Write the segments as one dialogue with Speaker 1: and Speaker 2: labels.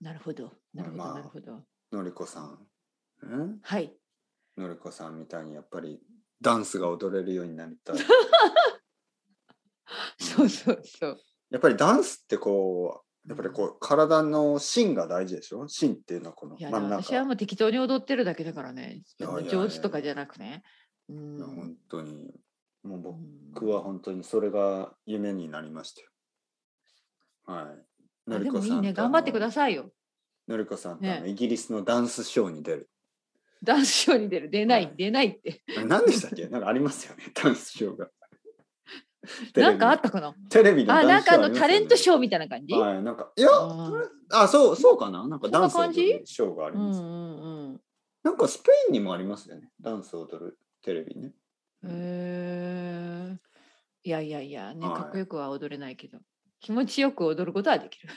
Speaker 1: なるほど。なるほど。
Speaker 2: まあ
Speaker 1: なるほど。
Speaker 2: のりこさん。うん
Speaker 1: はい。
Speaker 2: のりこさんみたいにやっぱりダンスが踊れるようになりたい。
Speaker 1: そうそうそう。
Speaker 2: やっぱりダンスってこう、やっぱりこう体の芯が大事でしょ芯っていうのはこの
Speaker 1: いや、
Speaker 2: 真ん中。
Speaker 1: 私はもう適当に踊ってるだけだからね。
Speaker 2: いやいやいや
Speaker 1: 上手とかじゃなくね。う
Speaker 2: いや
Speaker 1: ん。
Speaker 2: 本当に、もう僕
Speaker 1: うん
Speaker 2: 僕は本当にそれが夢になりましたよ。はい。
Speaker 1: あでもいいね。
Speaker 2: と
Speaker 1: 頑張ってくだ
Speaker 2: さ
Speaker 1: さいよ。
Speaker 2: い。のりこさんとあの
Speaker 1: ね
Speaker 2: イギリスのダンスショーに出る。
Speaker 1: ダンスショーに出る。出ない、
Speaker 2: はい
Speaker 1: 出ない って。
Speaker 2: あれ何 でしたっけなんかありますよね、ダンスショーが。
Speaker 1: なんかあったかな。
Speaker 2: テレビの
Speaker 1: あ、なんかあのタレント
Speaker 2: ョ
Speaker 1: ショーみたいな感じ。
Speaker 2: はい、なんか、いや、
Speaker 1: あー
Speaker 2: あ、そう、そうかななんかダンス
Speaker 1: そんな
Speaker 2: 踊
Speaker 1: 感じ
Speaker 2: るショーがあり
Speaker 1: う
Speaker 2: ま
Speaker 1: ん
Speaker 2: す。
Speaker 1: うんうん。
Speaker 2: なんかスペインにもありますよね、ダンス踊るテレビね。
Speaker 1: へえ。いやいやいや、ね、
Speaker 2: はい
Speaker 1: かっこよくは踊れないけど。気持ちよく踊ることはできる。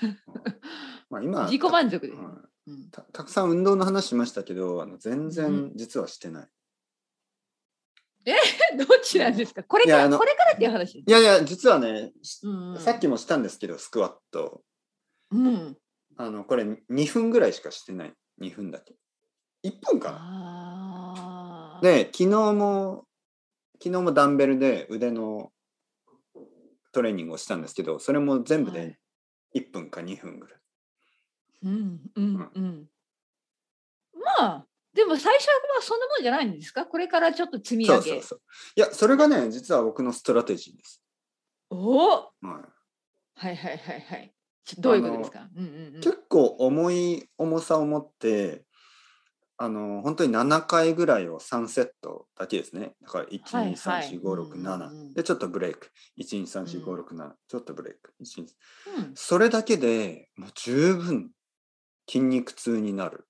Speaker 2: まあ今、
Speaker 1: 自己満足です。
Speaker 2: はい
Speaker 1: うん
Speaker 2: たたくさん運動の話しましたけどあの全然実はしてない、
Speaker 1: どっちなんですか。これか
Speaker 2: いやあ
Speaker 1: ら、
Speaker 2: の
Speaker 1: これからっていう話。
Speaker 2: いやいや実はね、し
Speaker 1: うんうん
Speaker 2: さっきもしたんですけどスクワット
Speaker 1: うん。
Speaker 2: あのこれ2分ぐらいしかしてない2分だけ1分か
Speaker 1: ああ。
Speaker 2: なで昨日も昨日もダンベルで腕のトレーニングをしたんですけどそれも全部
Speaker 1: は
Speaker 2: で
Speaker 1: い
Speaker 2: 1分か2分ぐらい、
Speaker 1: うんうんうん。まあ、でも最初はそんなもんじゃないんですか。これからちょっと積み
Speaker 2: そ
Speaker 1: 上げ。
Speaker 2: うそうそういやそれがね実は僕のストラテジーです、
Speaker 1: おお。
Speaker 2: はい
Speaker 1: はいはいはいはい。ちょどういうことですか。うんうんうん。
Speaker 2: 結構重い重さを持ってあの本当に7回ぐらいを3セットだけですねだから
Speaker 1: はいはいうんうんう
Speaker 2: 1234567
Speaker 1: ん
Speaker 2: でちょっとブレイク1234567ちょっとブレイク1 2
Speaker 1: うん。
Speaker 2: それだけでもう十分筋肉痛になる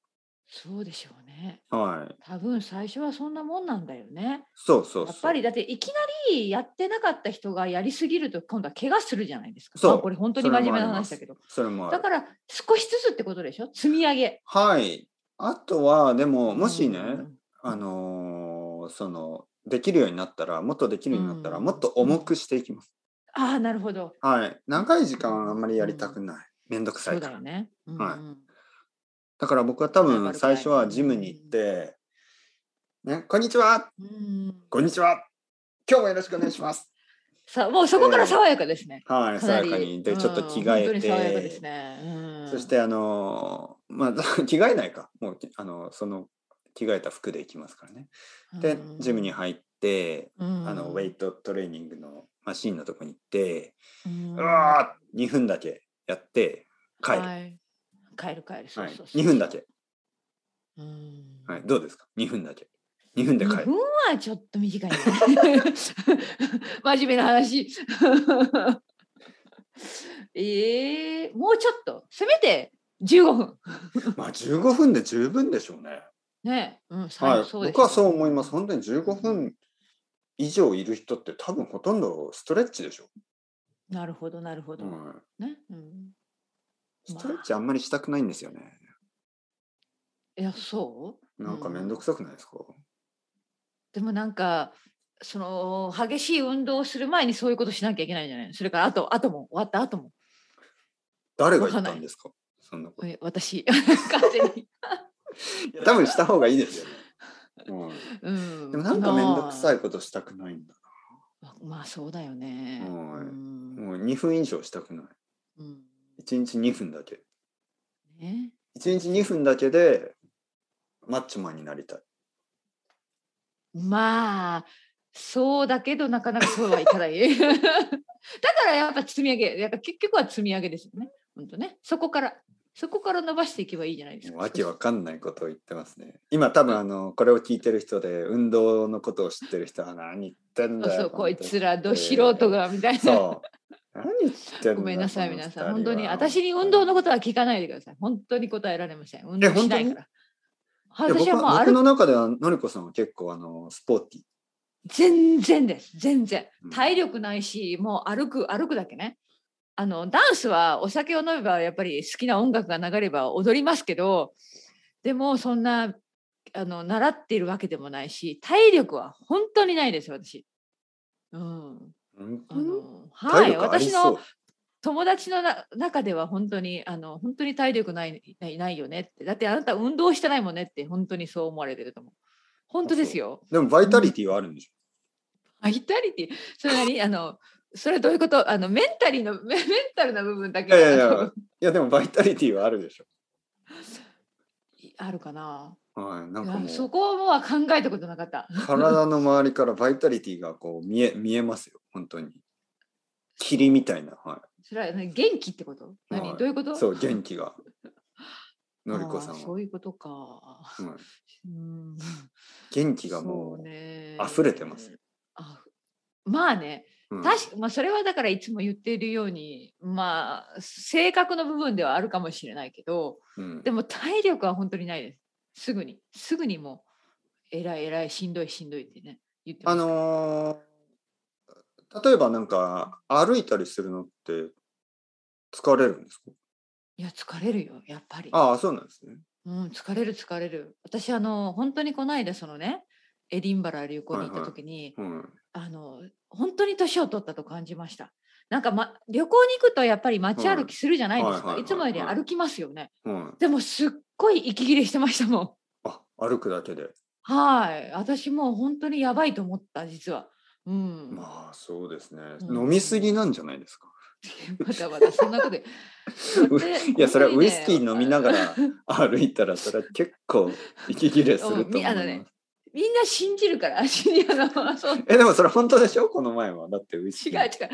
Speaker 1: そうでしょうね。
Speaker 2: はい
Speaker 1: 多分最初はそんなもんなんだよね。
Speaker 2: そうそうそう
Speaker 1: やっぱりだっていきなりやってなかった人がやりすぎると今度は怪我するじゃないですか。
Speaker 2: そう
Speaker 1: まあこれ本当に真面目な話だけど。
Speaker 2: それもあ
Speaker 1: だ
Speaker 2: る
Speaker 1: から少しずつってことでしょ積み上げ。
Speaker 2: はいあとはでももしね、
Speaker 1: うん
Speaker 2: あのーそのできるようになったらもっとできるようになったら、
Speaker 1: うん
Speaker 2: もっと重くしていきます
Speaker 1: ああなるほど。
Speaker 2: はい。長い時間あんまりやりたくない。めんどくさ
Speaker 1: そ
Speaker 2: いう
Speaker 1: だ
Speaker 2: から。
Speaker 1: よ
Speaker 2: だ
Speaker 1: ね。うん
Speaker 2: はい
Speaker 1: うん
Speaker 2: から僕は多
Speaker 1: わか
Speaker 2: 分
Speaker 1: る
Speaker 2: 最初はジムに行って、ね、こんにちは
Speaker 1: うん
Speaker 2: こんにちは今日もよろしくお願いします
Speaker 1: さもうそこから爽やかですね。
Speaker 2: はい、
Speaker 1: か
Speaker 2: 爽
Speaker 1: な
Speaker 2: や
Speaker 1: り
Speaker 2: かに。で、
Speaker 1: うん
Speaker 2: ちょっと着替え
Speaker 1: 本当に
Speaker 2: て、
Speaker 1: 爽やかですね。うん
Speaker 2: そしてあのーまあ、 着替えないか。もう、あのその、着替えた服で行きますからね。で、ジムに、入って、
Speaker 1: うん
Speaker 2: あの、ウェイトトレーニングのマシンのとこに行って、
Speaker 1: うん
Speaker 2: うわー !2 分だけやって、帰る。はい、
Speaker 1: はい帰る帰る。そうそうそう
Speaker 2: 2分だけ。
Speaker 1: うん
Speaker 2: はい、どうですか ?2 分だけ。2分で帰
Speaker 1: 2
Speaker 2: る。
Speaker 1: 分はちょっと短いね。 真面目な話。 ええもうちょっと、せめて15分。
Speaker 2: まあ15分で十分でしょうね。
Speaker 1: ね、うん、最
Speaker 2: は
Speaker 1: 後
Speaker 2: い、
Speaker 1: そうです
Speaker 2: 僕はそう思います。本当に15分以上いる人って多分ほとんどストレッチでしょ。
Speaker 1: なるほど、なるほど。
Speaker 2: うん、
Speaker 1: ね、うん。
Speaker 2: ストレッチあんまりしたくないんですよね。
Speaker 1: いや、そう。
Speaker 2: なんか
Speaker 1: う
Speaker 2: めんどくさくないですか、
Speaker 1: でも、なんか。その激しい運動をする前にそういうことしなきゃいけないんじゃないそれからあとあとも終わった後も
Speaker 2: 誰が言ったんですかそんなこと。
Speaker 1: え私 完全に、
Speaker 2: いや多分した方がいいです よね。
Speaker 1: うん、
Speaker 2: でもなんかめんどく
Speaker 1: い
Speaker 2: さいことしたくないんだ。
Speaker 1: まあまあそうだよね。
Speaker 2: はい
Speaker 1: うん
Speaker 2: もう2分以上したくない。
Speaker 1: うん
Speaker 2: 1日2分だけ。
Speaker 1: ね、
Speaker 2: 1日2分だけでマッチョマンになりたい。
Speaker 1: まあそうだけどなかなかそうはいかない。 だからやっぱ積み上げやっぱ結局は積み上げですよね。本当ねそこからそこから伸ばしていけばいいじゃないです
Speaker 2: も
Speaker 1: か。
Speaker 2: うわけわかんないことを言ってますね。今多分あのこれを聞いてる人で運動のことを知ってる人は何言ってん
Speaker 1: そう
Speaker 2: だよ。
Speaker 1: そうこいつらど
Speaker 2: ど
Speaker 1: 素人。がみたいな。
Speaker 2: そう。何言ってんだ
Speaker 1: ごめんなさい
Speaker 2: この二
Speaker 1: 皆
Speaker 2: 人
Speaker 1: さ
Speaker 2: は
Speaker 1: ん本当に私に運動のことは聞かないでください。本当に答えられません。運動しないから。
Speaker 2: いや
Speaker 1: 私はもう
Speaker 2: 僕
Speaker 1: 歩
Speaker 2: 僕の中ではのりこさんは結構あのスポーティー。
Speaker 1: 全然です全然
Speaker 2: うん
Speaker 1: 体力ないし、もう歩く歩くだけねあのダンスはお酒を飲めばやっぱり好きな音楽が流れれば踊りますけどでもそんなあの習っているわけでもないし体力は本当にないです私うん
Speaker 2: うん
Speaker 1: あのは
Speaker 2: 体
Speaker 1: い
Speaker 2: 力あり
Speaker 1: 私
Speaker 2: そ
Speaker 1: の
Speaker 2: う。
Speaker 1: 友達のな中では本当にあの本当に体力ないないないよねってだってあなた運動してないもんねって本当にそう思われてると思う本当ですよ
Speaker 2: でもバイタリティはあるんでしょ、
Speaker 1: バイタリティそれなりあのそれはどういうことあのメンタリーの メメンタルな部分だけ
Speaker 2: いやいやい
Speaker 1: あ
Speaker 2: や
Speaker 1: の
Speaker 2: いやでもバイタリティはあるでしょ
Speaker 1: あるかな
Speaker 2: はいなん
Speaker 1: い
Speaker 2: かも
Speaker 1: やそうこもは考えたことなかった
Speaker 2: 体の周りからバイタリティがこう見え見えますよ本当に霧みたいなはい
Speaker 1: それはね元気ってこと何、
Speaker 2: はい
Speaker 1: どういうこと
Speaker 2: そう元気がのりこさ
Speaker 1: あー
Speaker 2: んは、
Speaker 1: そ
Speaker 2: は
Speaker 1: ういうことか
Speaker 2: い、
Speaker 1: うん
Speaker 2: 元気がも
Speaker 1: そう
Speaker 2: う
Speaker 1: ね
Speaker 2: 溢れてます
Speaker 1: あふまあね
Speaker 2: うん
Speaker 1: 確か、まあ、それはだからいつも言っているようにまあ性格の部分ではあるかもしれないけど
Speaker 2: うん
Speaker 1: でも体力は本当にないですすぐにすぐにもうえらいえらいしんどいしんどいってね言ってま
Speaker 2: あ
Speaker 1: す
Speaker 2: のー例えばなんか歩いたりするのって疲れるんですか
Speaker 1: いや疲れるよやっぱり
Speaker 2: ああそうなんですね。
Speaker 1: うん、疲れる疲れる私あの本当にこの間そのねエディンバラ旅行に行った時に、
Speaker 2: うん、
Speaker 1: あの本当に年を取ったと感じましたなんか、ま、旅行に行くとやっぱり街歩きするじゃないですか、
Speaker 2: はいはいはい
Speaker 1: い
Speaker 2: はい
Speaker 1: つもより歩きますよね
Speaker 2: うん、
Speaker 1: でもすっごい息切れしてましたもん
Speaker 2: あ歩くだけで
Speaker 1: はい私もう本当にやばいと思った実はうん、
Speaker 2: まあそうですね、
Speaker 1: うん
Speaker 2: 飲みすぎなんじゃないですか
Speaker 1: まだまだそんなことで
Speaker 2: いやそれはウイスキー飲みながら歩いたらそれは結構息切れすると思い
Speaker 1: う
Speaker 2: ま
Speaker 1: んみあの
Speaker 2: す、
Speaker 1: ね みんな信じるから 信じる のそう
Speaker 2: えでもそれ本当でしょこの前はだってウイス
Speaker 1: 違
Speaker 2: キ
Speaker 1: う違
Speaker 2: ー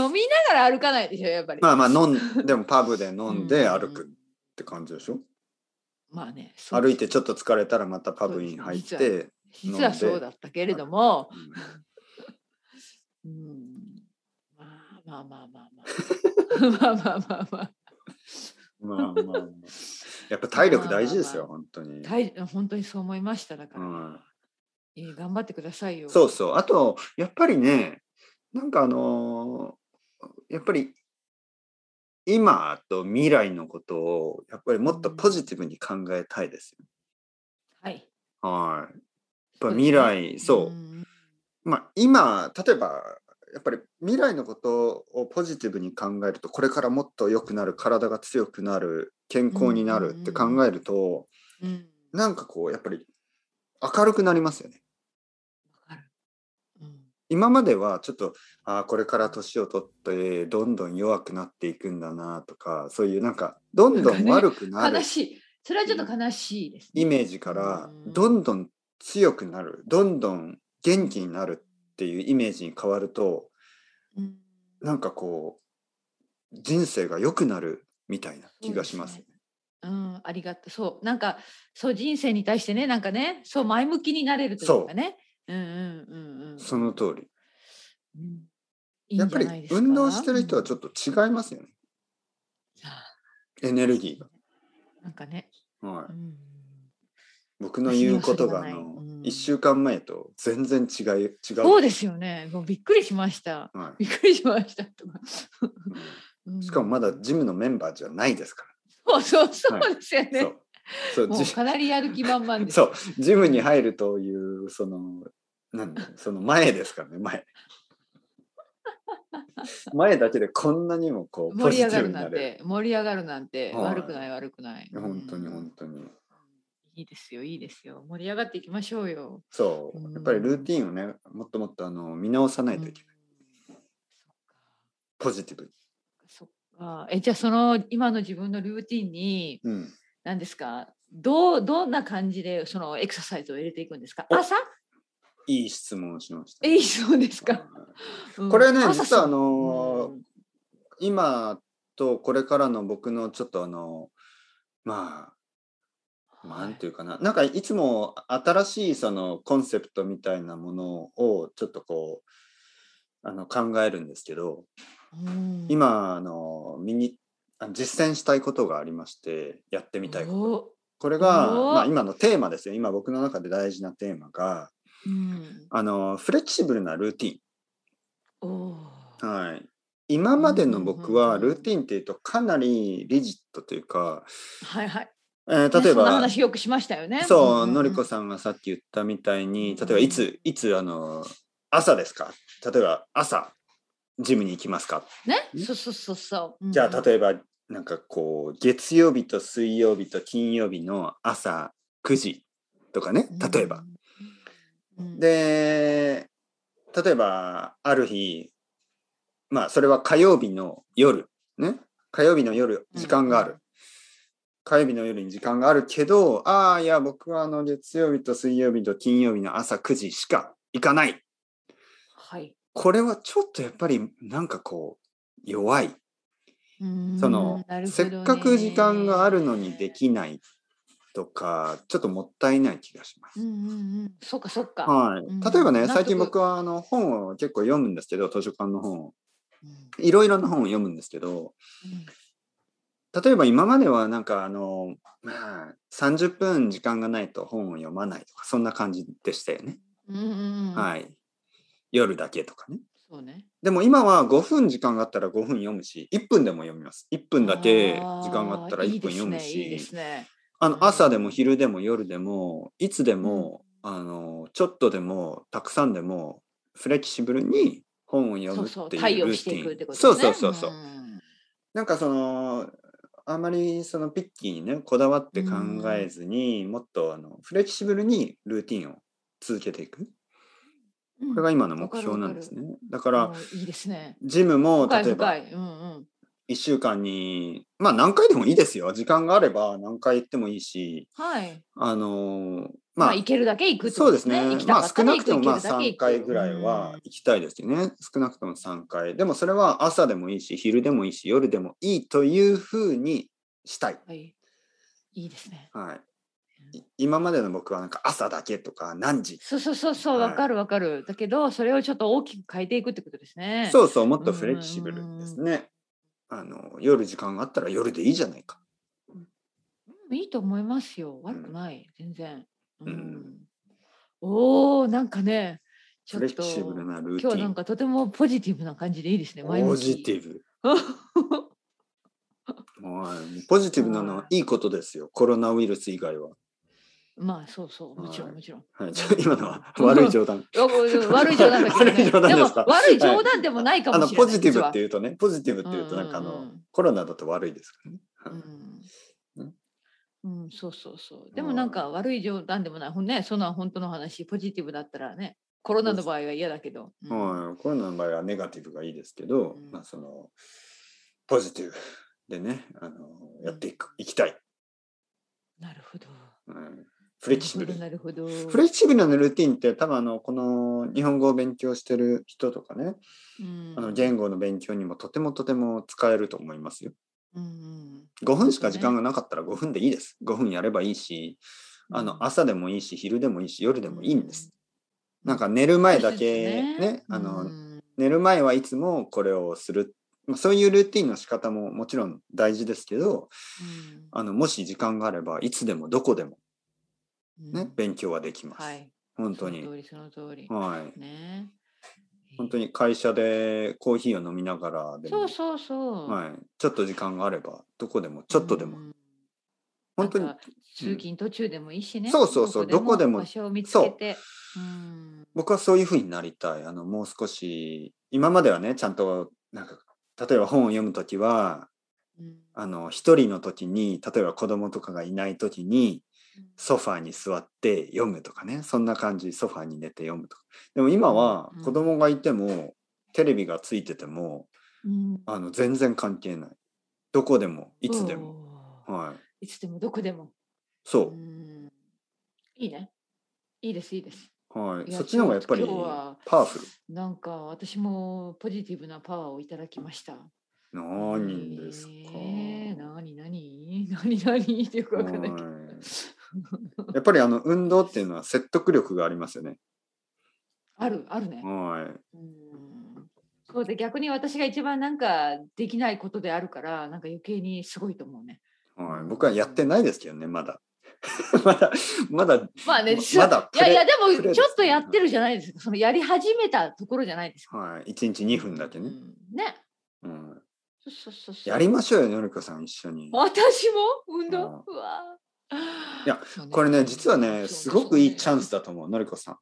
Speaker 1: う飲みながら歩かないでしょやっぱり
Speaker 2: まあまあ飲んでもパブで飲んで歩
Speaker 1: う
Speaker 2: くって感じでしょ
Speaker 1: まあねそう
Speaker 2: 歩いてちょっと疲れたらまたパブに入っ
Speaker 1: そうで
Speaker 2: て
Speaker 1: 実はそうだったけれども、
Speaker 2: うん
Speaker 1: うん、まあまあまあまあ まあまあまあまあまあ
Speaker 2: まあまあまあ、やっぱ体力大事ですよ、
Speaker 1: ま
Speaker 2: 本当に。
Speaker 1: 大本当にそう思いましただか
Speaker 2: う
Speaker 1: ら、
Speaker 2: ん、
Speaker 1: えー頑張ってくださいよ
Speaker 2: そうそう。あと、やっぱりね、なんかあのーやっぱり、今と未来のことを、やっぱりもっとポジティブに考えたいですよ。
Speaker 1: はい
Speaker 2: はい。
Speaker 1: や
Speaker 2: やっぱ未来、そう。
Speaker 1: ん
Speaker 2: まあ今、例えば、やっぱり未来のことをポジティブに考えるとこれからもっと良くなる体が強くなる健康になるって考えると、
Speaker 1: うん
Speaker 2: なんかこうやっぱり明るくなりますよね。
Speaker 1: わかるうん
Speaker 2: 今まではちょっとあーこれから年を取ってどんどん弱くなっていくんだなとかそういうなんかどんどん悪くなる
Speaker 1: 悲しいそれはちょっと悲しいですね
Speaker 2: イメージから
Speaker 1: うん
Speaker 2: どんどん強くなるどんどん元気になるっていうイメージに変わると
Speaker 1: うん
Speaker 2: なんかこう人生が良くなるみたいな気がします。
Speaker 1: そうでうん、ありがとう。そう、なんか、そう、人生に対してね、なんかね、そう、前向きになれるというかね。うんうんうんうん。
Speaker 2: その通り
Speaker 1: うんいい
Speaker 2: や
Speaker 1: ん
Speaker 2: っ
Speaker 1: じゃ
Speaker 2: ぱ
Speaker 1: ない
Speaker 2: り
Speaker 1: ですか
Speaker 2: 運動してる人はちょっと違いますよねエネルギ
Speaker 1: うんなんかね。、
Speaker 2: ーが。はいう
Speaker 1: ん
Speaker 2: 僕の言うことがあ
Speaker 1: 私にはそれが
Speaker 2: の
Speaker 1: ないうん
Speaker 2: 1週間前と全然違い違う。
Speaker 1: そうですよね。もうびっくりしました。
Speaker 2: は
Speaker 1: びっくりしましたとか。
Speaker 2: いうん
Speaker 1: うん
Speaker 2: しかもまだジムのメンバーじゃないですか
Speaker 1: そうそうそ
Speaker 2: はいう
Speaker 1: ですよ
Speaker 2: ら。
Speaker 1: ね。
Speaker 2: そうそう
Speaker 1: もう
Speaker 2: ジ
Speaker 1: かなりやる気満々です。
Speaker 2: そうジムに入るというそのなんその前ですから ね前。前だけでこんなにもこうポ
Speaker 1: 盛
Speaker 2: ジ
Speaker 1: り
Speaker 2: テ
Speaker 1: 上がる
Speaker 2: ィブに
Speaker 1: な
Speaker 2: なんれる。
Speaker 1: て、盛り上がるなんて、
Speaker 2: はい
Speaker 1: 悪くない悪くない。
Speaker 2: いや本当に
Speaker 1: うん
Speaker 2: 本当に。
Speaker 1: いいですよ、いいですよ。盛り上がっていきましょうよ。
Speaker 2: そう
Speaker 1: うん
Speaker 2: やっぱりルーティンをねもっともっとあの見直さないといけない
Speaker 1: うん
Speaker 2: ポジティブに。
Speaker 1: そっか。え、じゃあその今の自分のルーティンに
Speaker 2: うん
Speaker 1: 何ですかどうどんな感じでそのエクササイズを入れていくんですか
Speaker 2: お
Speaker 1: 朝
Speaker 2: いい質問をしました。
Speaker 1: え、そうですか。うん
Speaker 2: これね
Speaker 1: 朝
Speaker 2: 実はあのー
Speaker 1: うん
Speaker 2: 今とこれからの僕のちょっとあのまあなんていうかな、なんかいつも新しいそのコンセプトみたいなものをちょっとこうあの考えるんですけど
Speaker 1: うん
Speaker 2: 今あのミニあ実践したいことがありましてやってみたいこと
Speaker 1: お
Speaker 2: これが、
Speaker 1: お
Speaker 2: まあ、今のテーマですよ今僕の中で大事なテーマが
Speaker 1: うん
Speaker 2: あのフレキシブルなルーティン
Speaker 1: おー
Speaker 2: はい、今までの僕は
Speaker 1: うんうんうん
Speaker 2: ルーティンっていうとかなりリジットというか、
Speaker 1: はいはい。
Speaker 2: えー
Speaker 1: ね
Speaker 2: 例え
Speaker 1: そんな
Speaker 2: ば
Speaker 1: 話よくしましたよね。
Speaker 2: そ
Speaker 1: ん
Speaker 2: うん
Speaker 1: ん
Speaker 2: のりこさんがさっき言ったみたいに
Speaker 1: うんう
Speaker 2: 例
Speaker 1: ん
Speaker 2: えばいついつあの朝ですか例えば朝ジムに行きますか、
Speaker 1: ね、そうそうそうそう。うん
Speaker 2: じゃあ例えばなんかこう月曜日と水曜日と金曜日の朝9時とかね例えば、。
Speaker 1: うん、
Speaker 2: で例えばある日まあそれは火曜日の夜ね火曜日の夜時間がある、
Speaker 1: うん
Speaker 2: 火曜日の夜に時間があるけどああいや僕はあの月曜日と水曜日と金曜日の朝9時しか行かない
Speaker 1: はい。
Speaker 2: これはちょっとやっぱりなんかこう弱いそのせっかく時間があるのにで
Speaker 1: る。
Speaker 2: きないとかちょっともったいない気がします
Speaker 1: うん。うんうん。そっかそっか。
Speaker 2: は
Speaker 1: うん
Speaker 2: い、例えばね、
Speaker 1: 納得
Speaker 2: 最近僕はあの本を結構読むんですけど図書館の本を
Speaker 1: うん
Speaker 2: いろいろな本を読むんですけど例えば今まではなんかあの、まあ、30分時間がないと本を読まないとかそんな感じでしたよね、
Speaker 1: うんうんうん。い。
Speaker 2: はい、夜だけとかね
Speaker 1: そうね。
Speaker 2: でも今は5分時間があったら5分読むし1分でも読みます1分だけ時間があったら
Speaker 1: ーいいで
Speaker 2: 1分
Speaker 1: す
Speaker 2: 読む
Speaker 1: ねいいで
Speaker 2: し
Speaker 1: すね。
Speaker 2: あ
Speaker 1: うん
Speaker 2: の朝でも昼でも夜でもいつでも、あのちょっとでもたくさんでもフレキシブルに本を読
Speaker 1: そ
Speaker 2: む
Speaker 1: う
Speaker 2: っ
Speaker 1: そう。
Speaker 2: てい
Speaker 1: 対
Speaker 2: う
Speaker 1: 応
Speaker 2: ル
Speaker 1: し
Speaker 2: ーテ
Speaker 1: てい
Speaker 2: ィン
Speaker 1: くってこと
Speaker 2: そう
Speaker 1: ですね。
Speaker 2: そうそうそう、
Speaker 1: ん
Speaker 2: なんかそのあまりそのピッキーにねこだわって考えずに、もっとあのフレキシブルにルーティンを続けていく
Speaker 1: うん
Speaker 2: これが今の目標なんですね、だか
Speaker 1: うん
Speaker 2: ら
Speaker 1: いいですね。
Speaker 2: ジムも
Speaker 1: 深い
Speaker 2: 例えば
Speaker 1: 深い。うんうん。
Speaker 2: 1週間にまあ何回でもいいですよ時間があれば何回行ってもいいし
Speaker 1: はい。
Speaker 2: あの
Speaker 1: まあ、
Speaker 2: まあ
Speaker 1: 行けるだけ行くって
Speaker 2: そう
Speaker 1: こ
Speaker 2: で
Speaker 1: と
Speaker 2: すね
Speaker 1: 行き。た
Speaker 2: ま
Speaker 1: か
Speaker 2: あ
Speaker 1: った
Speaker 2: 少
Speaker 1: ら
Speaker 2: な
Speaker 1: 行
Speaker 2: く
Speaker 1: く
Speaker 2: ともまあ
Speaker 1: 行けるだけ
Speaker 2: 3
Speaker 1: 行く
Speaker 2: 回ぐらいは行きたいですよね。少なくとも3回。でもそれは朝でもいいし、昼でもいいし、夜でもいいというふうにしたい。
Speaker 1: うんはい。いいですね。
Speaker 2: はい。い今までの僕はなんか朝だけとか何時。
Speaker 1: そうそうそうそう、
Speaker 2: はい
Speaker 1: わかるわかる。だけど、それをちょっと大きく変えていくってことですね。う。
Speaker 2: そうそう、もっとフレキシブルですね。あの夜時間があったら夜でいいじゃないか。
Speaker 1: いいと思いますよ。悪くない。全然。うん。
Speaker 2: うん
Speaker 1: おお、なんかね。ちょ
Speaker 2: フ
Speaker 1: っ
Speaker 2: レキ
Speaker 1: と。
Speaker 2: シブルなルーテ
Speaker 1: 今日な
Speaker 2: ィ
Speaker 1: ん
Speaker 2: ン。
Speaker 1: かとてもポジティブな感じでいいですね。
Speaker 2: ポジテ
Speaker 1: ィ
Speaker 2: ィ ブ。
Speaker 1: ブ。
Speaker 2: はいポジティブなのはいいことですよ。コロナウイルス以外は。
Speaker 1: まあ、そうそう、もちろ
Speaker 2: は
Speaker 1: ん、もちろん。
Speaker 2: はい、ちょ今のは 悪い 冗談。
Speaker 1: いやこれ悪い冗談だけど、ね。
Speaker 2: 悪い冗談ですか
Speaker 1: も悪い冗談でもないかもしれない。
Speaker 2: あのポジティブ
Speaker 1: 実
Speaker 2: っ
Speaker 1: は
Speaker 2: ていうとねポジティブっていうとなんかあの、
Speaker 1: うんうんうん
Speaker 2: コロナだと悪いですからね、はい
Speaker 1: うん
Speaker 2: ね
Speaker 1: うん、そうそうそう。でもなんか悪い冗談でもない。ほんね、そんな本当の話、ポジティブだったらね、コロナの場合は嫌だけど。うん
Speaker 2: はいコロナの場合はネガティブがいいですけど、
Speaker 1: うん
Speaker 2: まあそのポジティブでねあのやっていくいきたい、
Speaker 1: なるほど。
Speaker 2: うん、フレキシブル
Speaker 1: なるほど。なるほど
Speaker 2: フレキシブルなルーティンって多分あのこの日本語を勉強してる人とかね、
Speaker 1: うん
Speaker 2: あの言語の勉強にもとてもとても使えると思いますよ
Speaker 1: うんうん
Speaker 2: 5分しか時間がなかったら5分でいいです5分やればいいしあ
Speaker 1: う
Speaker 2: の
Speaker 1: ん
Speaker 2: 朝でもいいし昼でもいいし夜でもいいんです、
Speaker 1: うん
Speaker 2: なんか寝る前だけね
Speaker 1: そうです
Speaker 2: あの、
Speaker 1: うん
Speaker 2: 寝る前はいつもこれをする、まあ、そういうルーティンの仕方ももちろん大事ですけどあのもし時間があればいつでもどこでも、
Speaker 1: うん
Speaker 2: ね
Speaker 1: うん
Speaker 2: 勉強はできます、
Speaker 1: はい。
Speaker 2: 本当に
Speaker 1: その通り、その通り。
Speaker 2: はい
Speaker 1: ね。
Speaker 2: 本当に会社でコーヒーを飲みながらでも
Speaker 1: そうそうそう。
Speaker 2: はい、ちょっと時間があればどこでもちょっとでも、
Speaker 1: うん。
Speaker 2: 本当
Speaker 1: な
Speaker 2: に
Speaker 1: んか通勤途中でもいいしね。
Speaker 2: そうそうそうどこでも
Speaker 1: 場所を見つけて。うん。
Speaker 2: 僕はそういうふうになりたいあのもう少し今まではねちゃんとなんか例えば本を読むときは
Speaker 1: うん
Speaker 2: あの一人の時に例えば子供とかがいない時にソファーに座って読むとかねそんな感じソファーに寝て読むとかでも今は
Speaker 1: うんうん
Speaker 2: 子供がいても、テレビがついてても
Speaker 1: うん
Speaker 2: あの全然関係ないどこでもいつでも、
Speaker 1: おー
Speaker 2: はい
Speaker 1: いつでもどこでも。
Speaker 2: そうう、
Speaker 1: んいいね。いいですいいです。
Speaker 2: はい
Speaker 1: いや
Speaker 2: そっちの方がやっぱり
Speaker 1: ちょっと今日は
Speaker 2: パワフル
Speaker 1: なんか私もポジティブなパワーをいただきました。
Speaker 2: 何ですか、
Speaker 1: えー何何 何何ってよくわかんないけど。
Speaker 2: はいやっぱりあの運動っていうのは説得力がありますよね。
Speaker 1: あるあるね。
Speaker 2: は
Speaker 1: うんそうで逆に私が一番なんかできないことであるからなんか余計にすごいと思うね。
Speaker 2: い、はい、僕はやってないですけどね、まだ。 まだ、まだ
Speaker 1: まあね、
Speaker 2: ま
Speaker 1: 実は
Speaker 2: まだ
Speaker 1: い
Speaker 2: プレ
Speaker 1: やいやで
Speaker 2: プレ
Speaker 1: も
Speaker 2: です
Speaker 1: ちょっとやってるじゃないですか。そのやり始めたところじゃないですか。
Speaker 2: はい、1日2分だけ
Speaker 1: う
Speaker 2: ね。
Speaker 1: んね。
Speaker 2: うん、
Speaker 1: そうそうそうそう。
Speaker 2: やりましょうよ、のりこさん、一緒に。
Speaker 1: 私も運動
Speaker 2: うん
Speaker 1: うわ。
Speaker 2: いやこれね、実はね、すごくいいチャン
Speaker 1: ス。
Speaker 2: スだと思う、のりこさ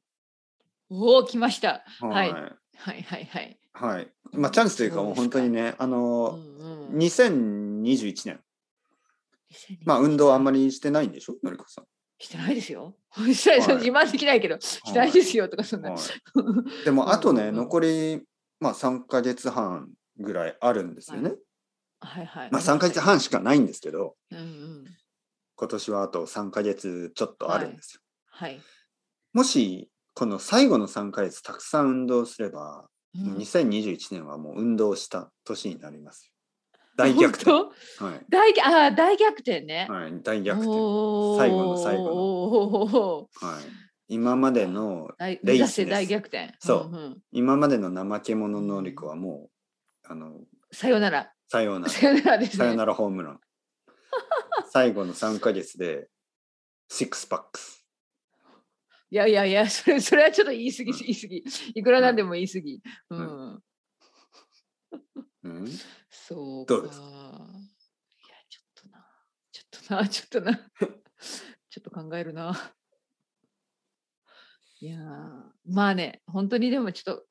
Speaker 1: おお来ました。
Speaker 2: ん。
Speaker 1: はいはいはいはい。
Speaker 2: はい。まあ、チャンスというか、
Speaker 1: そう
Speaker 2: もう
Speaker 1: です
Speaker 2: 本
Speaker 1: か
Speaker 2: 当にね、あの、
Speaker 1: うんうん
Speaker 2: 2021年。
Speaker 1: 2020
Speaker 2: まあ、運動あんまりしてないんでしょのりこさん。
Speaker 1: してないですよ。してないですよ
Speaker 2: はい
Speaker 1: 自慢できないけど、してないですよとかそんな。
Speaker 2: はい、でも、あと
Speaker 1: うん
Speaker 2: ね、
Speaker 1: うん
Speaker 2: 残り、まあ、3ヶ月半ぐらいあるんですよね。
Speaker 1: はいはい。
Speaker 2: まあ、3ヶ月半しかないんですけど、
Speaker 1: うんうん。
Speaker 2: 今年はあと3ヶ月ちょっとあるんですよ。
Speaker 1: はい。
Speaker 2: もし、この最後の3ヶ月たくさん運動すれ
Speaker 1: うん
Speaker 2: ば、2021年はもう運動した年になりますよ。大逆転。
Speaker 1: 本当
Speaker 2: はい。
Speaker 1: 大逆あー大逆転ね。
Speaker 2: はい、大逆転。は
Speaker 1: 最
Speaker 2: 最後の最後の
Speaker 1: 後
Speaker 2: い。今までの、
Speaker 1: 大
Speaker 2: レ
Speaker 1: 目
Speaker 2: イス
Speaker 1: 指
Speaker 2: です
Speaker 1: せ大逆転。
Speaker 2: そうん
Speaker 1: ん
Speaker 2: 今までの怠け者のりこはもう、あの、
Speaker 1: さよなら。
Speaker 2: さよ うなら、
Speaker 1: さよならです
Speaker 2: さよう
Speaker 1: ね。
Speaker 2: ならホームラン。最後の3ヶ月で、シックスパックス。
Speaker 1: いやいやいや、それそれはちょっと言い過ぎ
Speaker 2: うん
Speaker 1: 言い過ぎ。いくらなんでも言い過ぎ。う。
Speaker 2: うんうん、
Speaker 1: そうか。
Speaker 2: どうです
Speaker 1: いやちょっとな。ちょっとな。ちょ っとな。ちょっと考えるな。いやーまあね本当にでもちょっと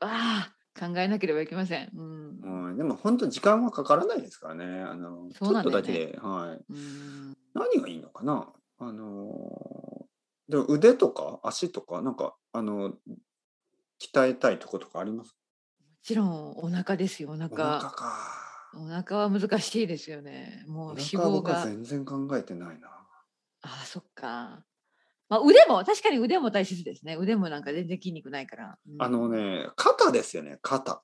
Speaker 1: ああ考えなければいけません。うん。
Speaker 2: うん、でも本当時間はかからないですからね。あの、ち
Speaker 1: そう
Speaker 2: ょ
Speaker 1: な
Speaker 2: っ
Speaker 1: んだ
Speaker 2: と
Speaker 1: よね
Speaker 2: だけで、はい。
Speaker 1: うん
Speaker 2: 何がいいのかなあのーでも腕とか足とかなんかあの鍛えたいとことかあります
Speaker 1: もちろんお腹ですよお
Speaker 2: お腹
Speaker 1: 腹
Speaker 2: か
Speaker 1: お腹は難しいですよねもう
Speaker 2: お
Speaker 1: 脂
Speaker 2: 腹は
Speaker 1: 肪
Speaker 2: 僕は
Speaker 1: が
Speaker 2: 全然考えてないな
Speaker 1: あそっか、まあ、腕も確かに腕も大切ですね腕もなんか全然筋肉ないから、うん
Speaker 2: あのね肩ですよね肩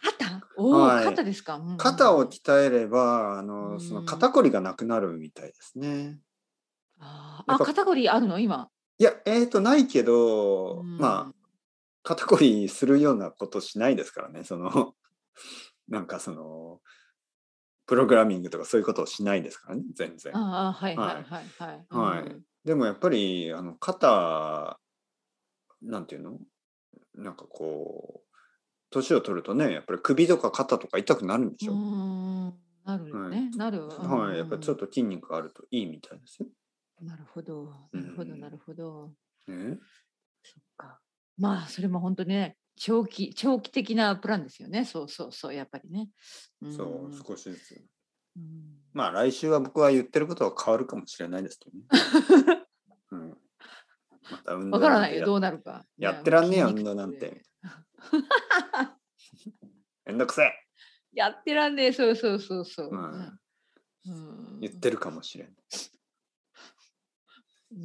Speaker 1: 肩おー、
Speaker 2: はい
Speaker 1: 肩ですか、うんうん
Speaker 2: 肩を鍛えればあのーその
Speaker 1: うん
Speaker 2: 肩こりがなくなるみたいですね
Speaker 1: あーあ
Speaker 2: やっぱ
Speaker 1: 肩こりあるの今、
Speaker 2: いやえっ、とないけどまあ肩こりするようなことしないですからねそのなんかそのプログラミングとかそういうことをしないですからね全然
Speaker 1: あああはいは
Speaker 2: はいい
Speaker 1: はいはい、
Speaker 2: はいでもやっぱりあの肩なんていうのなんかこう年を取るとねやっぱり首とか肩とか痛くなるんでし
Speaker 1: う
Speaker 2: ょ、
Speaker 1: んなるよね、
Speaker 2: は
Speaker 1: なる、
Speaker 2: はいやっぱりちょっと筋肉があるといいみたいですよ。
Speaker 1: となるほどなるほど
Speaker 2: うん
Speaker 1: なるほど、
Speaker 2: ね、
Speaker 1: そっか。まあそれも本当にね長期長期的なプランですよね。そうそうそうやっぱりね。ん
Speaker 2: そう少しずつ
Speaker 1: うん
Speaker 2: まあ来週は僕は言ってることは変わるかもしれないですけどね。 うん、また運動
Speaker 1: わからないよどうなるか。
Speaker 2: やってらんねえよ
Speaker 1: ね
Speaker 2: 運動なん。
Speaker 1: もう筋肉
Speaker 2: て
Speaker 1: 痛。
Speaker 2: めんどくせえ
Speaker 1: やってらんねえそうそうそうそう。
Speaker 2: うん
Speaker 1: ねうん
Speaker 2: 言ってるかもしれん。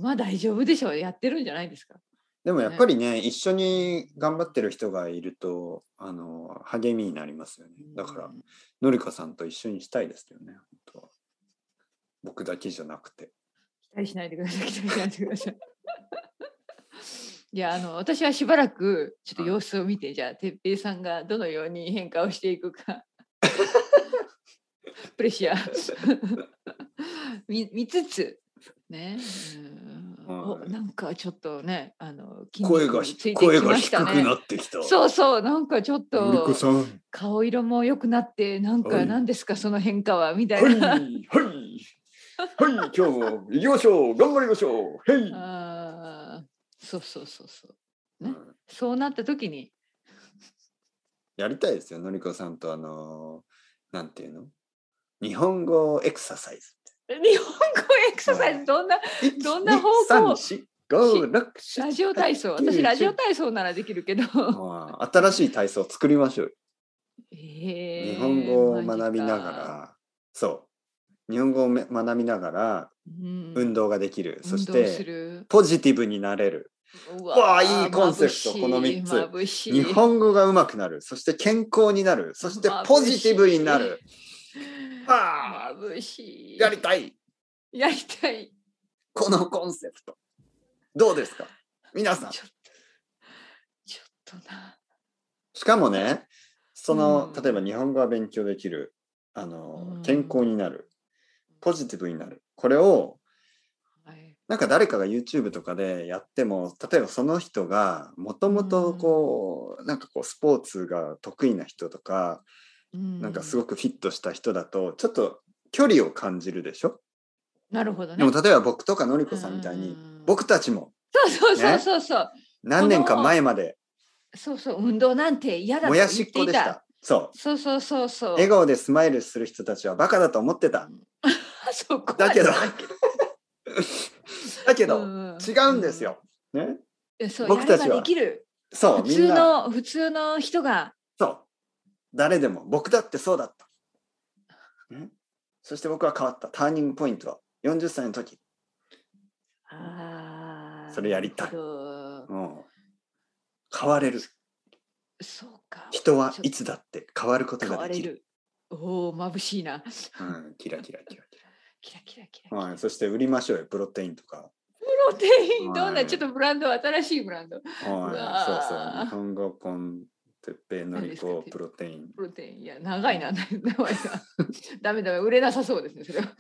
Speaker 1: まあ大丈夫でしょうやってるんじゃないですか。
Speaker 2: でもやっぱりね一緒に頑張ってる人がいるとあの励みになりますよねだから
Speaker 1: うん
Speaker 2: のりかさんと一緒にしたいですよね本当は僕だけじゃなくて
Speaker 1: 期待しないでください期待しないでください。いやあの私はしばらくちょっと様子を見て、じゃあ哲平さんがどのように変化をしていくか プレッシャー 見見つつねうん、お
Speaker 2: はい
Speaker 1: なんかちょっとねあの筋
Speaker 2: 声
Speaker 1: 肉
Speaker 2: が
Speaker 1: もついて
Speaker 2: ひ
Speaker 1: き
Speaker 2: 声が
Speaker 1: まし
Speaker 2: 低
Speaker 1: た
Speaker 2: く
Speaker 1: ね
Speaker 2: なってきた
Speaker 1: そうそうなんかちょっ
Speaker 2: のり
Speaker 1: と
Speaker 2: こさんはい
Speaker 1: 顔色も良くなってなん
Speaker 2: は
Speaker 1: か
Speaker 2: い
Speaker 1: 何ですかその変化はみたい
Speaker 2: はい
Speaker 1: な。
Speaker 2: はい今日も行きましょう頑張りましょうへい、
Speaker 1: あーそうそうそうそう
Speaker 2: う
Speaker 1: ね
Speaker 2: ん
Speaker 1: そうなった時に、
Speaker 2: やりたいですよのりこさんとあのなんていうの日本語エクササイズ
Speaker 1: 日本語エクササイ
Speaker 2: は
Speaker 1: ズ
Speaker 2: い
Speaker 1: どんな どんな方向ラジオ体操、私ラジオ体操ならできるけど。
Speaker 2: まあ新しい体操を作りましょうよ、
Speaker 1: えー
Speaker 2: 日本語を学びなが。
Speaker 1: マジから
Speaker 2: そう日本語をめ学びながら
Speaker 1: うん
Speaker 2: 運動ができる、そし
Speaker 1: 運動す
Speaker 2: て
Speaker 1: る
Speaker 2: ポジティブになれる
Speaker 1: う
Speaker 2: わあいいコンセプトこの
Speaker 1: 三
Speaker 2: 三つ
Speaker 1: 眩しい
Speaker 2: 日本語がうまくなるそして健康になるそしてポジティブになる。あ
Speaker 1: 眩しい。
Speaker 2: やりたい
Speaker 1: やりたい。
Speaker 2: このコンセプトどうですか皆さん
Speaker 1: ちょっと、ちょっとな。
Speaker 2: しかもねその、
Speaker 1: うん
Speaker 2: 例えば日本語が勉強できるあの、
Speaker 1: うん
Speaker 2: 健康になるポジティブになるこれを
Speaker 1: はい
Speaker 2: なんか誰かが YouTube とかでやっても例えばその人がもともとこう、なんかこうスポーツが得意な人とか、なんかすご
Speaker 1: く。
Speaker 2: くフィットした人だとちょっと距離を感じるでしょ、
Speaker 1: なるほどね。
Speaker 2: でも例えば僕とかのりこさんみたいに、
Speaker 1: うん
Speaker 2: 僕たちも
Speaker 1: そうそうそうそうそう。
Speaker 2: 何年か前まで
Speaker 1: そうそう運動なんて嫌だと
Speaker 2: も
Speaker 1: 言
Speaker 2: や
Speaker 1: って
Speaker 2: しっ
Speaker 1: い。
Speaker 2: こでしたた。そ。
Speaker 1: そうそうそうそうう。
Speaker 2: 笑顔でスマイルする人たちはバカだと思ってた。
Speaker 1: そこ
Speaker 2: だけど
Speaker 1: までじゃない
Speaker 2: だけ
Speaker 1: け
Speaker 2: ど、
Speaker 1: うん
Speaker 2: 違うんですよ。ね。
Speaker 1: うんそう
Speaker 2: 僕たち
Speaker 1: や
Speaker 2: は
Speaker 1: ればできる
Speaker 2: そ
Speaker 1: 普
Speaker 2: う、みん
Speaker 1: 通
Speaker 2: な。
Speaker 1: の普通の人が
Speaker 2: そう。誰でも、僕だってそうだった。ねそして僕は変わった。ターニングポイントは40歳の時。
Speaker 1: あー
Speaker 2: それやりたい
Speaker 1: なるほど
Speaker 2: もう変われる。
Speaker 1: そうか。
Speaker 2: 人はいつだって変わること
Speaker 1: 変
Speaker 2: が
Speaker 1: わ
Speaker 2: で
Speaker 1: れ
Speaker 2: きる。
Speaker 1: る。おお眩しいな。
Speaker 2: うん、キラキラキラキ
Speaker 1: キラキラキラキ
Speaker 2: ラ。
Speaker 1: ラ。
Speaker 2: はい、そして売りましょうよ、プロテインとか。
Speaker 1: プロテインどう
Speaker 2: は
Speaker 1: ないんちょっとブランド新しいブランド。
Speaker 2: は
Speaker 1: うわー
Speaker 2: い、そうそう。日本語コンテッペイのり
Speaker 1: 何で
Speaker 2: こ
Speaker 1: すか
Speaker 2: プロテイン。
Speaker 1: プロテインいや長 いな名前が。ダメダメ売れなさそうですねそれは。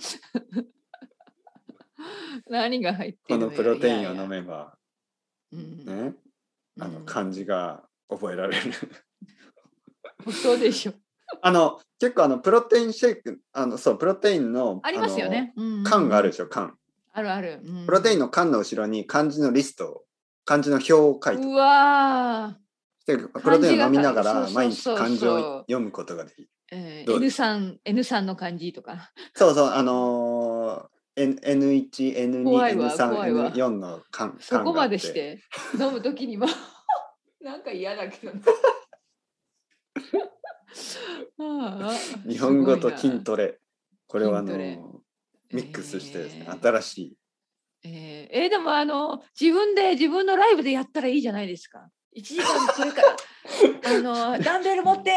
Speaker 1: 何が入って
Speaker 2: こ
Speaker 1: る
Speaker 2: の
Speaker 1: や
Speaker 2: プロテインを
Speaker 1: いや
Speaker 2: 飲
Speaker 1: いや
Speaker 2: めば
Speaker 1: うん
Speaker 2: ね、あ
Speaker 1: う
Speaker 2: の
Speaker 1: ん
Speaker 2: 漢字が覚えられる。
Speaker 1: そうでしょ。
Speaker 2: あの結構あのプロテインシェイク、あのそうプロテインの
Speaker 1: ありますよね。
Speaker 2: あ
Speaker 1: 缶
Speaker 2: の缶がある。でしょ、缶。
Speaker 1: あるある。うん
Speaker 2: プロテインの缶の後ろに漢字のリストを、漢字の表を書いて
Speaker 1: うわ
Speaker 2: でプロテインを飲みなが
Speaker 1: 漢
Speaker 2: ら
Speaker 1: 字が書いて
Speaker 2: 毎
Speaker 1: そうそうそう
Speaker 2: 日漢字を読むことができる。
Speaker 1: ー。え
Speaker 2: ど
Speaker 1: ー、
Speaker 2: う
Speaker 1: N
Speaker 2: で
Speaker 1: さん N さんの漢字とか。
Speaker 2: そうそう、あのー N- N1、
Speaker 1: 怖
Speaker 2: N2、
Speaker 1: いわ怖いわ
Speaker 2: N3、N4 の缶
Speaker 1: そこまでし。
Speaker 2: 缶があって
Speaker 1: 飲むときにも なんか嫌だ けどな。ああ
Speaker 2: 日本語と
Speaker 1: すごいな
Speaker 2: 筋トレ。これはあの
Speaker 1: 筋トレ
Speaker 2: ミックスしてですね、
Speaker 1: えー
Speaker 2: 新しい。
Speaker 1: えーえーでもあの自分で自分のライブでやったらいいじゃないですか。1時間これ からあのダンベル持って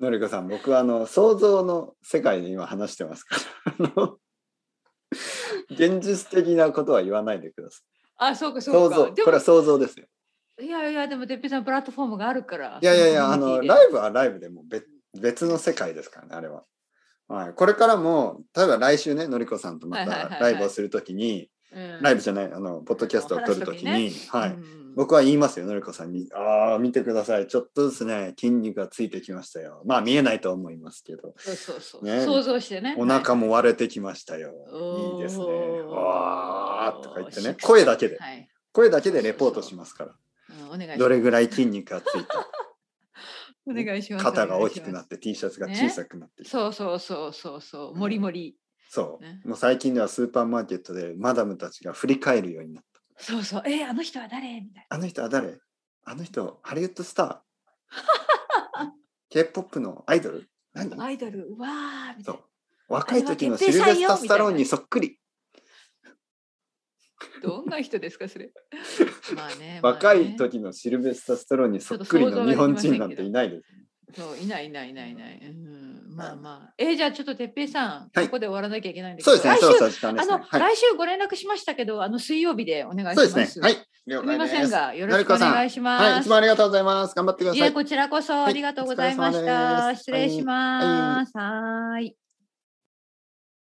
Speaker 2: のりこさん、僕はあの想像の世界で今話してますから。 あの現実的なことは言わないでくださ
Speaker 1: あそうか
Speaker 2: い。
Speaker 1: そ
Speaker 2: 想
Speaker 1: うか
Speaker 2: 像、
Speaker 1: で
Speaker 2: これは
Speaker 1: も
Speaker 2: 想像ですよ。
Speaker 1: いやいやでもてっぺいさんプラットフォームがあるから
Speaker 2: いやいやいや、あ
Speaker 1: コミュ
Speaker 2: の
Speaker 1: ニティで
Speaker 2: ライブはライブでもう別別の世界ですからね、あれは。はい、これからも、例えば来週ね、のりこさんとま
Speaker 1: はいはい
Speaker 2: た
Speaker 1: はいはい
Speaker 2: ライブをするときに、
Speaker 1: うん
Speaker 2: ライブじゃない、あの、ポッドキャストを撮るとき
Speaker 1: あの
Speaker 2: に、はい、
Speaker 1: うん
Speaker 2: 僕は言いますよ、のりこさんに。ああ、見てください。ちょっとずつね、筋肉がついてきましたよ。まあ、見えないと思いますけど、
Speaker 1: そうそうそう、
Speaker 2: ね
Speaker 1: 想像してね
Speaker 2: お腹も割れてきましたよ。
Speaker 1: おー
Speaker 2: いいですね。わーとか言っ
Speaker 1: し
Speaker 2: て
Speaker 1: っ
Speaker 2: ね
Speaker 1: か、り
Speaker 2: 声だけで、
Speaker 1: はい、
Speaker 2: 声だけでレポートしますから。
Speaker 1: うんお願いします
Speaker 2: どれぐらい筋肉がつ いた、
Speaker 1: お願いします
Speaker 2: 肩が大きくな
Speaker 1: っ
Speaker 2: って、T シャツが小さくなって。
Speaker 1: そうそうそうそうそうもりもり
Speaker 2: そう、
Speaker 1: ね
Speaker 2: もう最近ではスーパーマーケットでマダムたちが振り返るようになっ
Speaker 1: そうそうえー、あの人は誰みたい
Speaker 2: た。あの人は誰あの人、ハリウッドスタ ー ?K-POP のアイドル何
Speaker 1: なアイドルうわーみたいう
Speaker 2: そ
Speaker 1: な。
Speaker 2: 若い時のシルベスタ・スタローンにそっくり。
Speaker 1: どんな人ですかそ れまあね
Speaker 2: 若い
Speaker 1: と、まあね
Speaker 2: 時のシルベスタ・スタローンにそっくりの日本人なんていないです。
Speaker 1: そういないいないいないいない、うん、まあまあえー、じゃあちょっとてっぺいさん、
Speaker 2: はい
Speaker 1: ここで終わらなきゃいけないんだけ
Speaker 2: そ
Speaker 1: ど
Speaker 2: うですね、
Speaker 1: 来週
Speaker 2: そうそう、時間で
Speaker 1: あ
Speaker 2: す
Speaker 1: の、
Speaker 2: ね。はい。
Speaker 1: 来週ご連絡しましたけどあの水曜日でお願いします
Speaker 2: そうですね。はい。
Speaker 1: す
Speaker 2: 了
Speaker 1: み
Speaker 2: 解
Speaker 1: ま
Speaker 2: です。
Speaker 1: せんがよろ
Speaker 2: 成
Speaker 1: しくお
Speaker 2: 川さん
Speaker 1: 願いします、
Speaker 2: はい、いつもありがとうございます。頑張ってくだ
Speaker 1: い
Speaker 2: さい
Speaker 1: や、。こちらこそありがとうございまし
Speaker 2: はいお疲れ様
Speaker 1: た。
Speaker 2: です
Speaker 1: 失礼します。はい。